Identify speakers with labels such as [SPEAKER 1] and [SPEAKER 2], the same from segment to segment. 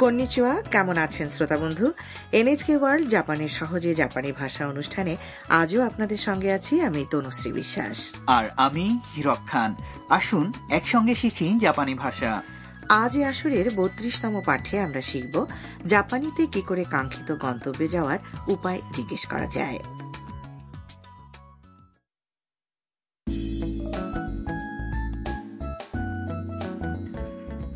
[SPEAKER 1] konnichiwa কেমন আছেন শ্রোতা বন্ধু এনএচকে ওয়ার্ল্ড জাপানের সহজে জাপানি ভাষা অনুষ্ঠানে আজও আপনাদের সঙ্গে আছি আমি তনুশ্রী বিশ্বাস
[SPEAKER 2] আর আমি হিরক খান আসুন একসঙ্গে শিখি জাপানি ভাষা
[SPEAKER 1] আজ এই আসরের বত্রিশতম পাঠে আমরা শিখব জাপানিতে কি করে কাঙ্ক্ষিত গন্তব্যে যাওয়ার উপায় জিজ্ঞেস করা যায়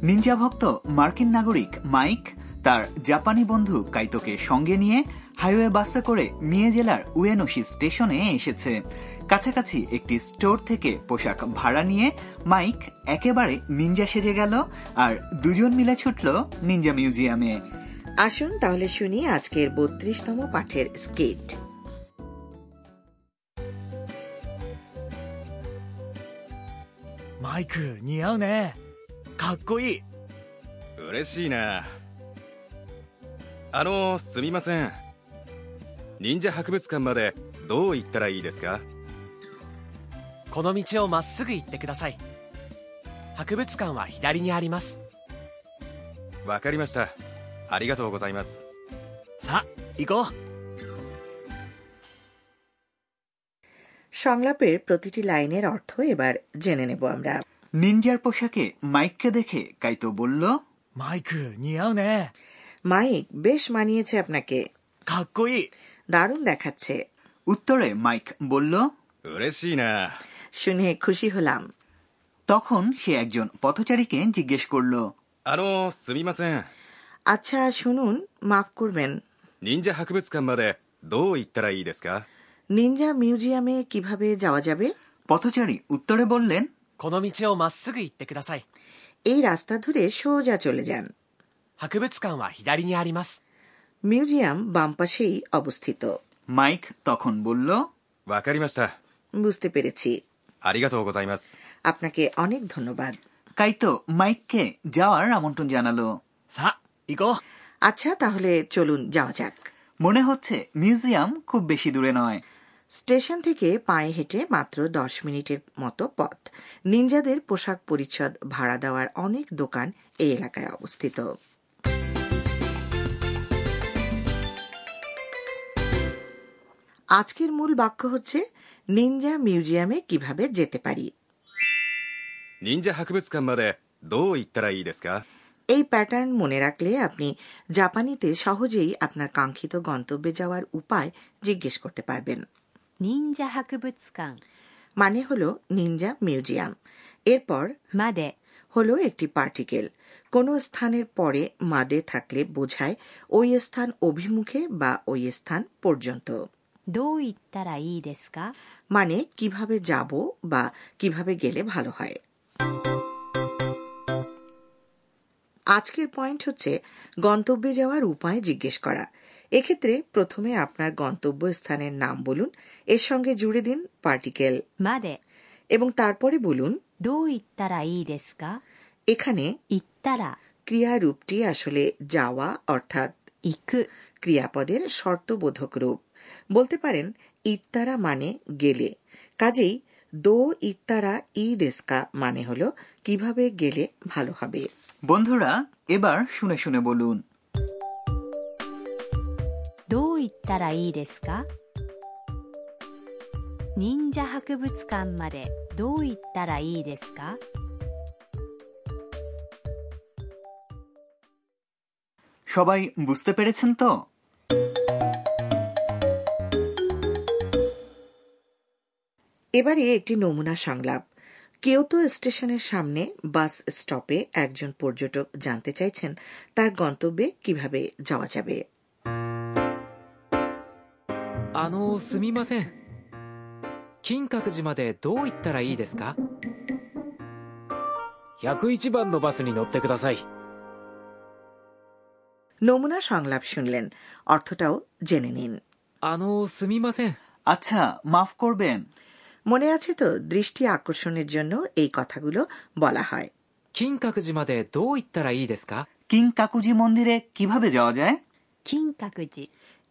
[SPEAKER 2] নিনজা ভক্ত মার্কিন নাগরিক মাইক তার জাপানি বন্ধু কাইতোকে সঙ্গে নিয়ে হাইওয়ে বাসে করে মিয়ে জেলার উয়েনশি স্টেশনে এসেছে কাছাকাছি একটি স্টোর থেকে পোশাক ভাড়া নিয়ে মাইক একেবারে নিনজা সেজে গেল আর দুজন মিলে ছুটল নিনজা মিউজিয়ামে
[SPEAKER 1] আসুন তাহলে শুনি আজকের বত্রিশতম পাঠের স্কেট
[SPEAKER 3] マイク似合うねかっこいい
[SPEAKER 4] 嬉しいなあのすみません忍者博物館までどう行ったらいいですか
[SPEAKER 3] この道をまっすぐ行ってください博物館は左にあります
[SPEAKER 4] わかりましたありがとうございます
[SPEAKER 3] さあ行こう
[SPEAKER 1] সংলাপের প্রতিটি লাইনের অর্থ এবার জেনে নেব আমরা
[SPEAKER 2] নিনজার পোশাকে মাইককে দেখে কাইতো বলল
[SPEAKER 3] マイク似合うね
[SPEAKER 1] মাইক বেশ মানিয়েছে আপনাকে
[SPEAKER 3] かっこいい
[SPEAKER 1] দারুণ দেখাচ্ছে
[SPEAKER 2] উত্তরে মাইক বলল
[SPEAKER 4] 嬉しいな
[SPEAKER 1] শুনে খুশি হলাম
[SPEAKER 2] তখন সে একজন পথচারীকে জিজ্ঞেস করল
[SPEAKER 4] あのすみません
[SPEAKER 1] আচ্ছা শুনুন মাফ করবেন
[SPEAKER 4] 忍者博物館までどう行ったらいいですか
[SPEAKER 1] নিনজা মিউজিয়ামে কিভাবে যাওয়া যাবে
[SPEAKER 2] পথচারী উত্তরে বললেন
[SPEAKER 3] この道をまっすぐ行ってください
[SPEAKER 1] এই রাস্তা ধরে সোজা চলে যান
[SPEAKER 3] 博物館は左にあります
[SPEAKER 1] মিউজিয়াম বাম পাশেই অবস্থিত
[SPEAKER 2] মাইক তখন বলল
[SPEAKER 4] わかりました
[SPEAKER 1] বুঝতে পেরেছি
[SPEAKER 4] ありがとうございます
[SPEAKER 1] আপনাকে অনেক ধন্যবাদ
[SPEAKER 2] কাইতো মাইককে যাওয়ার আমন্ত্রণ জানালো
[SPEAKER 3] さあ行こう
[SPEAKER 1] আচ্ছা তাহলে চলুন যাওয়া যাক
[SPEAKER 2] মনে হচ্ছে মিউজিয়াম খুব বেশি দূরে নয়
[SPEAKER 1] স্টেশন থেকে পায়ে হেঁটে মাত্র দশ মিনিটের মতো পথ নিনজাদের পোশাক পরিচ্ছদ ভাড়া দেওয়ার অনেক দোকান এই এলাকায় অবস্থিত আজকের মূল বাক্য হচ্ছে নিনজা মিউজিয়ামে কিভাবে যেতে পারি
[SPEAKER 4] 忍者博物館までどう行ったらいいですか
[SPEAKER 1] এই প্যাটার্ন মনে রাখলে আপনি জাপানিতে সহজেই আপনার কাঙ্ক্ষিত গন্তব্যে যাওয়ার উপায় জিজ্ঞেস করতে পারবেন
[SPEAKER 5] 忍者博物館
[SPEAKER 1] মানে হলো নিনজা মিউজিয়াম এরপর
[SPEAKER 5] まで
[SPEAKER 1] হলো একটি পার্টিকেল কোনো স্থানের পরে মাদে থাকলে বোঝায় ওই স্থান অভিমুখে বা ওই স্থান পর্যন্ত
[SPEAKER 5] どう言ったらいいですか
[SPEAKER 1] মানে কিভাবে যাব বা কিভাবে গেলে ভালো হয় আজকের পয়েন্ট হচ্ছে গন্তব্যে যাওয়ার উপায় জিজ্ঞেস করা এক্ষেত্রে প্রথমে আপনার গন্তব্য স্থানের নাম বলুন এর সঙ্গে জুড়ে দিন পার্টিকেল
[SPEAKER 5] まで
[SPEAKER 1] এবং তারপরে বলুন
[SPEAKER 5] どう言ったらいいですか
[SPEAKER 1] এখানে
[SPEAKER 5] 言ったら
[SPEAKER 1] ক্রিয়ারূপটি আসলে যাওয়া অর্থাৎ
[SPEAKER 5] 行く
[SPEAKER 1] ক্রিয়াপদের শর্তবোধক রূপ বলতে পারেন ইত্তারা মানে গেলে কাজেই দো ইত্তারা ই দেস্কা মানে হলো কিভাবে গেলে ভালো হবে
[SPEAKER 2] বন্ধুরা এবার শুনে শুনে বলুন
[SPEAKER 5] どう言ったらいいですか忍者博物館までどう言ったらいいですか
[SPEAKER 2] সবাই বুঝতে পেরেছেন তো
[SPEAKER 1] এবারে একটি নমুনা সংলাপ কিয়োতো স্টেশনের সামনে বাস স্টপে একজন পর্যটক জানতে চাইছেন তার গন্তব্যে কিভাবে যাওয়া যাবে
[SPEAKER 6] あのすみません金閣寺までどう行ったらいいですか101番のバスに乗ってください
[SPEAKER 1] নমুনা সংলাপ শুনলেন অর্থটাও জেনে নিন
[SPEAKER 6] あのすみません
[SPEAKER 2] আচ্ছা মাফ করবেন
[SPEAKER 1] মনে আছে তো দৃষ্টি আকর্ষণের জন্য এই কথাগুলো বলা হয়
[SPEAKER 6] 金閣寺までどう行ったらいいですか
[SPEAKER 2] কিং কাকুজি মন্দিরে কিভাবে যাওয়া যায়
[SPEAKER 5] 金閣寺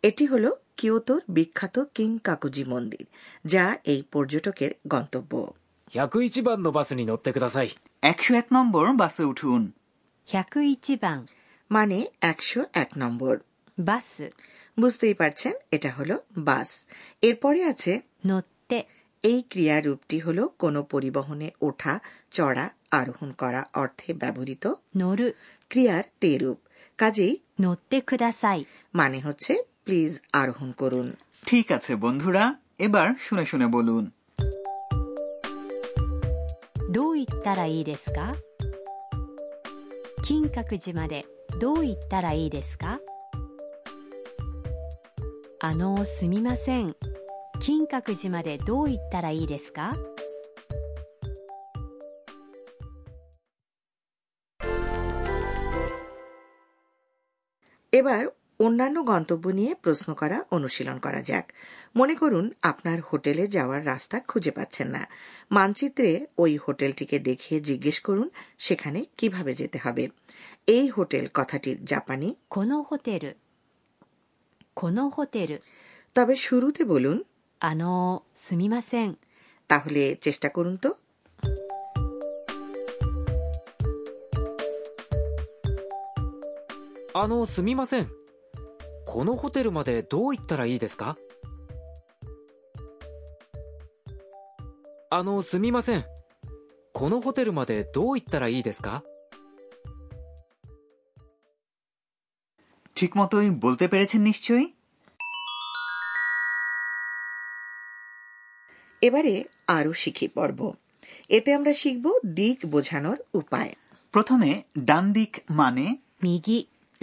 [SPEAKER 1] এটি হল কিয়োতোর বিখ্যাত কিং কাকুজি মন্দির যা এই পর্যটকের গন্তব্য
[SPEAKER 6] 101番のバスに乗ってください
[SPEAKER 2] একশো এক নম্বর বাসে উঠুন
[SPEAKER 5] 101番
[SPEAKER 1] মানে একশো এক নম্বর
[SPEAKER 5] バス
[SPEAKER 1] বুঝতেই পারছেন এটা হলো বাস এরপরে আছে
[SPEAKER 5] 乗って、
[SPEAKER 1] এই ক্রিয়ারূপটি হলো কোনো পরিবহনে ওঠা চড়া আরোহণ করা অর্থে ব্যবহৃত
[SPEAKER 5] 乗る、
[SPEAKER 1] ক্রিয়ার তে রূপ কাজেই
[SPEAKER 5] 乗ってください。
[SPEAKER 1] মানে হচ্ছে প্লিজ আরোহণ করুন
[SPEAKER 2] ঠিক আছে বন্ধুরা এবার শুনে শুনে বলুন
[SPEAKER 5] どう言ったらいいですか金閣寺までどう言ったらいいですかあの、すみません。金閣寺までどう言ったらいいですか
[SPEAKER 1] এবার অন্যান্য গন্তব্য নিয়ে প্রশ্ন করা অনুশীলন করা যাক মনে করুন আপনার হোটেলে যাওয়ার রাস্তা খুঁজে পাচ্ছেন না মানচিত্রে ওই হোটেলটিকে দেখে জিজ্ঞেস করুন সেখানে কিভাবে যেতে হবে এই হোটেল কথাটির জাপানি
[SPEAKER 5] このホテル。このホテル。
[SPEAKER 1] তবে শুরুতে বলুন
[SPEAKER 5] あの、すみません。
[SPEAKER 1] তাহলে চেষ্টা করুন তো
[SPEAKER 6] あのすみませんこのホテルまでどう行ったらいいですかあのすみませんこのホテルまでどう行ったらいいですか
[SPEAKER 2] ঠিক মতোই বলতে পেরেছেন নিশ্চয়ই
[SPEAKER 1] এবারে আরও শিখি পর্ব এতে আমরা শিখব দিক বোঝানোর উপায়
[SPEAKER 2] প্রথমে ডান দিক মানে
[SPEAKER 5] 右、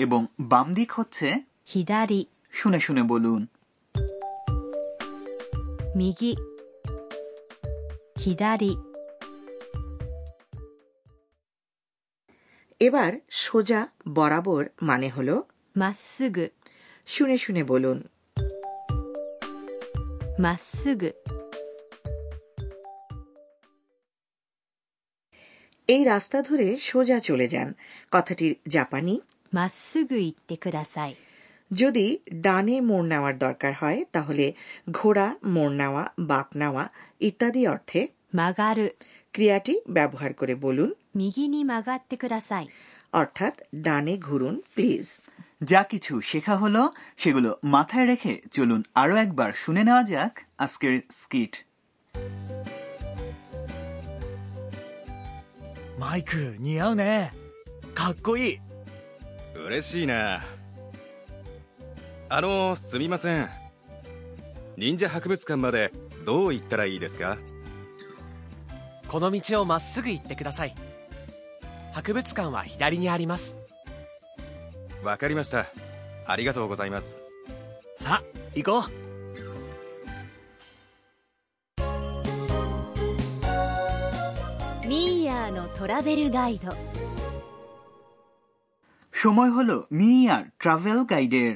[SPEAKER 2] এবং বাম দিক হচ্ছে
[SPEAKER 5] 左、
[SPEAKER 2] শুনে শুনে বলুন
[SPEAKER 5] 右。左、
[SPEAKER 1] এবার সোজা বরাবর মানে হল
[SPEAKER 5] まっすぐ、
[SPEAKER 1] শুনে শুনে বলুন
[SPEAKER 5] まっすぐ。
[SPEAKER 1] এই রাস্তা ধরে সোজা চলে যান কথাটির জাপানি
[SPEAKER 5] まっすぐ行ってください。
[SPEAKER 1] যদি ডানে মোড় নেওয়ার দরকার হয় তাহলে ঘোড়া মোড় নেওয়া বাঁক নেওয়া ইত্যাদি অর্থে
[SPEAKER 5] 曲がる。
[SPEAKER 1] ক্রিয়াটি ব্যবহার করে বলুন
[SPEAKER 5] 右に曲がってください。
[SPEAKER 1] অর্থাৎ ডানে ঘুরুন প্লিজ
[SPEAKER 2] যা কিছু শেখা হলো সেগুলো মাথায় রেখে চলুন আরো একবার শুনে নেওয়া যাক আজকের স্কিট
[SPEAKER 7] マイク似合うねかっこいい
[SPEAKER 4] 嬉しいなあのすみません忍者博物館までどう行ったらいいですか
[SPEAKER 3] この道をまっすぐ行ってください博物館は左にあります
[SPEAKER 4] わかりましたありがとうございます
[SPEAKER 7] さあ行こう
[SPEAKER 5] ミーヤーのトラベルガイド。
[SPEAKER 2] সময় হলো মিয়ার ট্রাভেল গাইডের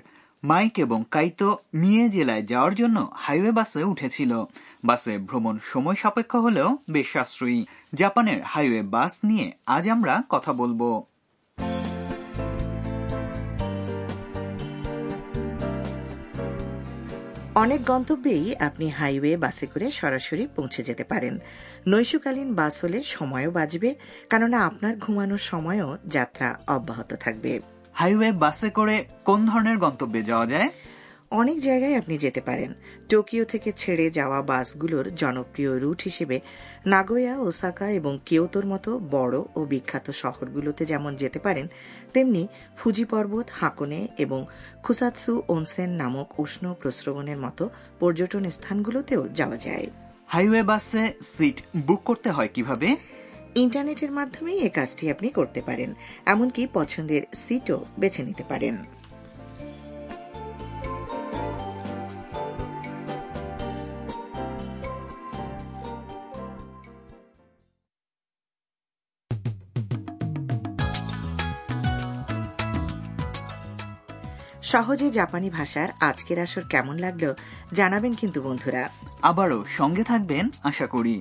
[SPEAKER 2] মাইক এবং কাইতো মিয়ে জেলায় যাওয়ার জন্য হাইওয়ে বাসে উঠেছিল বাসে ভ্রমণ সময় সাপেক্ষ হলেও বেশ সাশ্রয়ী জাপানের হাইওয়ে বাস নিয়ে আজ আমরা কথা বলবো
[SPEAKER 1] অনেক গন্তব্যেই আপনি হাইওয়ে বাসে করে সরাসরি পৌঁছে যেতে পারেন নৈশকালীন বাস হলে সময়ও বাঁচবে কেননা আপনার ঘুমানোর সময়ও যাত্রা অব্যাহত থাকবে
[SPEAKER 2] হাইওয়ে বাসে করে কোন ধরনের গন্তব্যে যাওয়া যায়
[SPEAKER 1] অনেক জায়গায় আপনি যেতে পারেন টোকিও থেকে ছেড়ে যাওয়া বাসগুলোর জনপ্রিয় রুট হিসেবে নাগোয়া ওসাকা এবং কিয়োতোর মতো বড় ও বিখ্যাত শহরগুলোতে যেমন যেতে পারেন তেমনি ফুজি পর্বত হাকোনে এবং খুসাৎসু ওনসেন নামক উষ্ণ প্রস্রবণের মতো পর্যটন স্থানগুলোতেও যাওয়া যায়
[SPEAKER 2] হাইওয়ে বাসে সিট বুক করতে হয় কিভাবে
[SPEAKER 1] ইন্টারনেটের মাধ্যমেই এ কাজটি আপনি করতে পারেন এমনকি পছন্দের সিটও বেছে নিতে পারেন সহজে জাপানি ভাষার আজকের আসর কেমন লাগলো জানাবেন কিন্তু বন্ধুরা
[SPEAKER 2] আবারও সঙ্গে থাকবেন আশা করি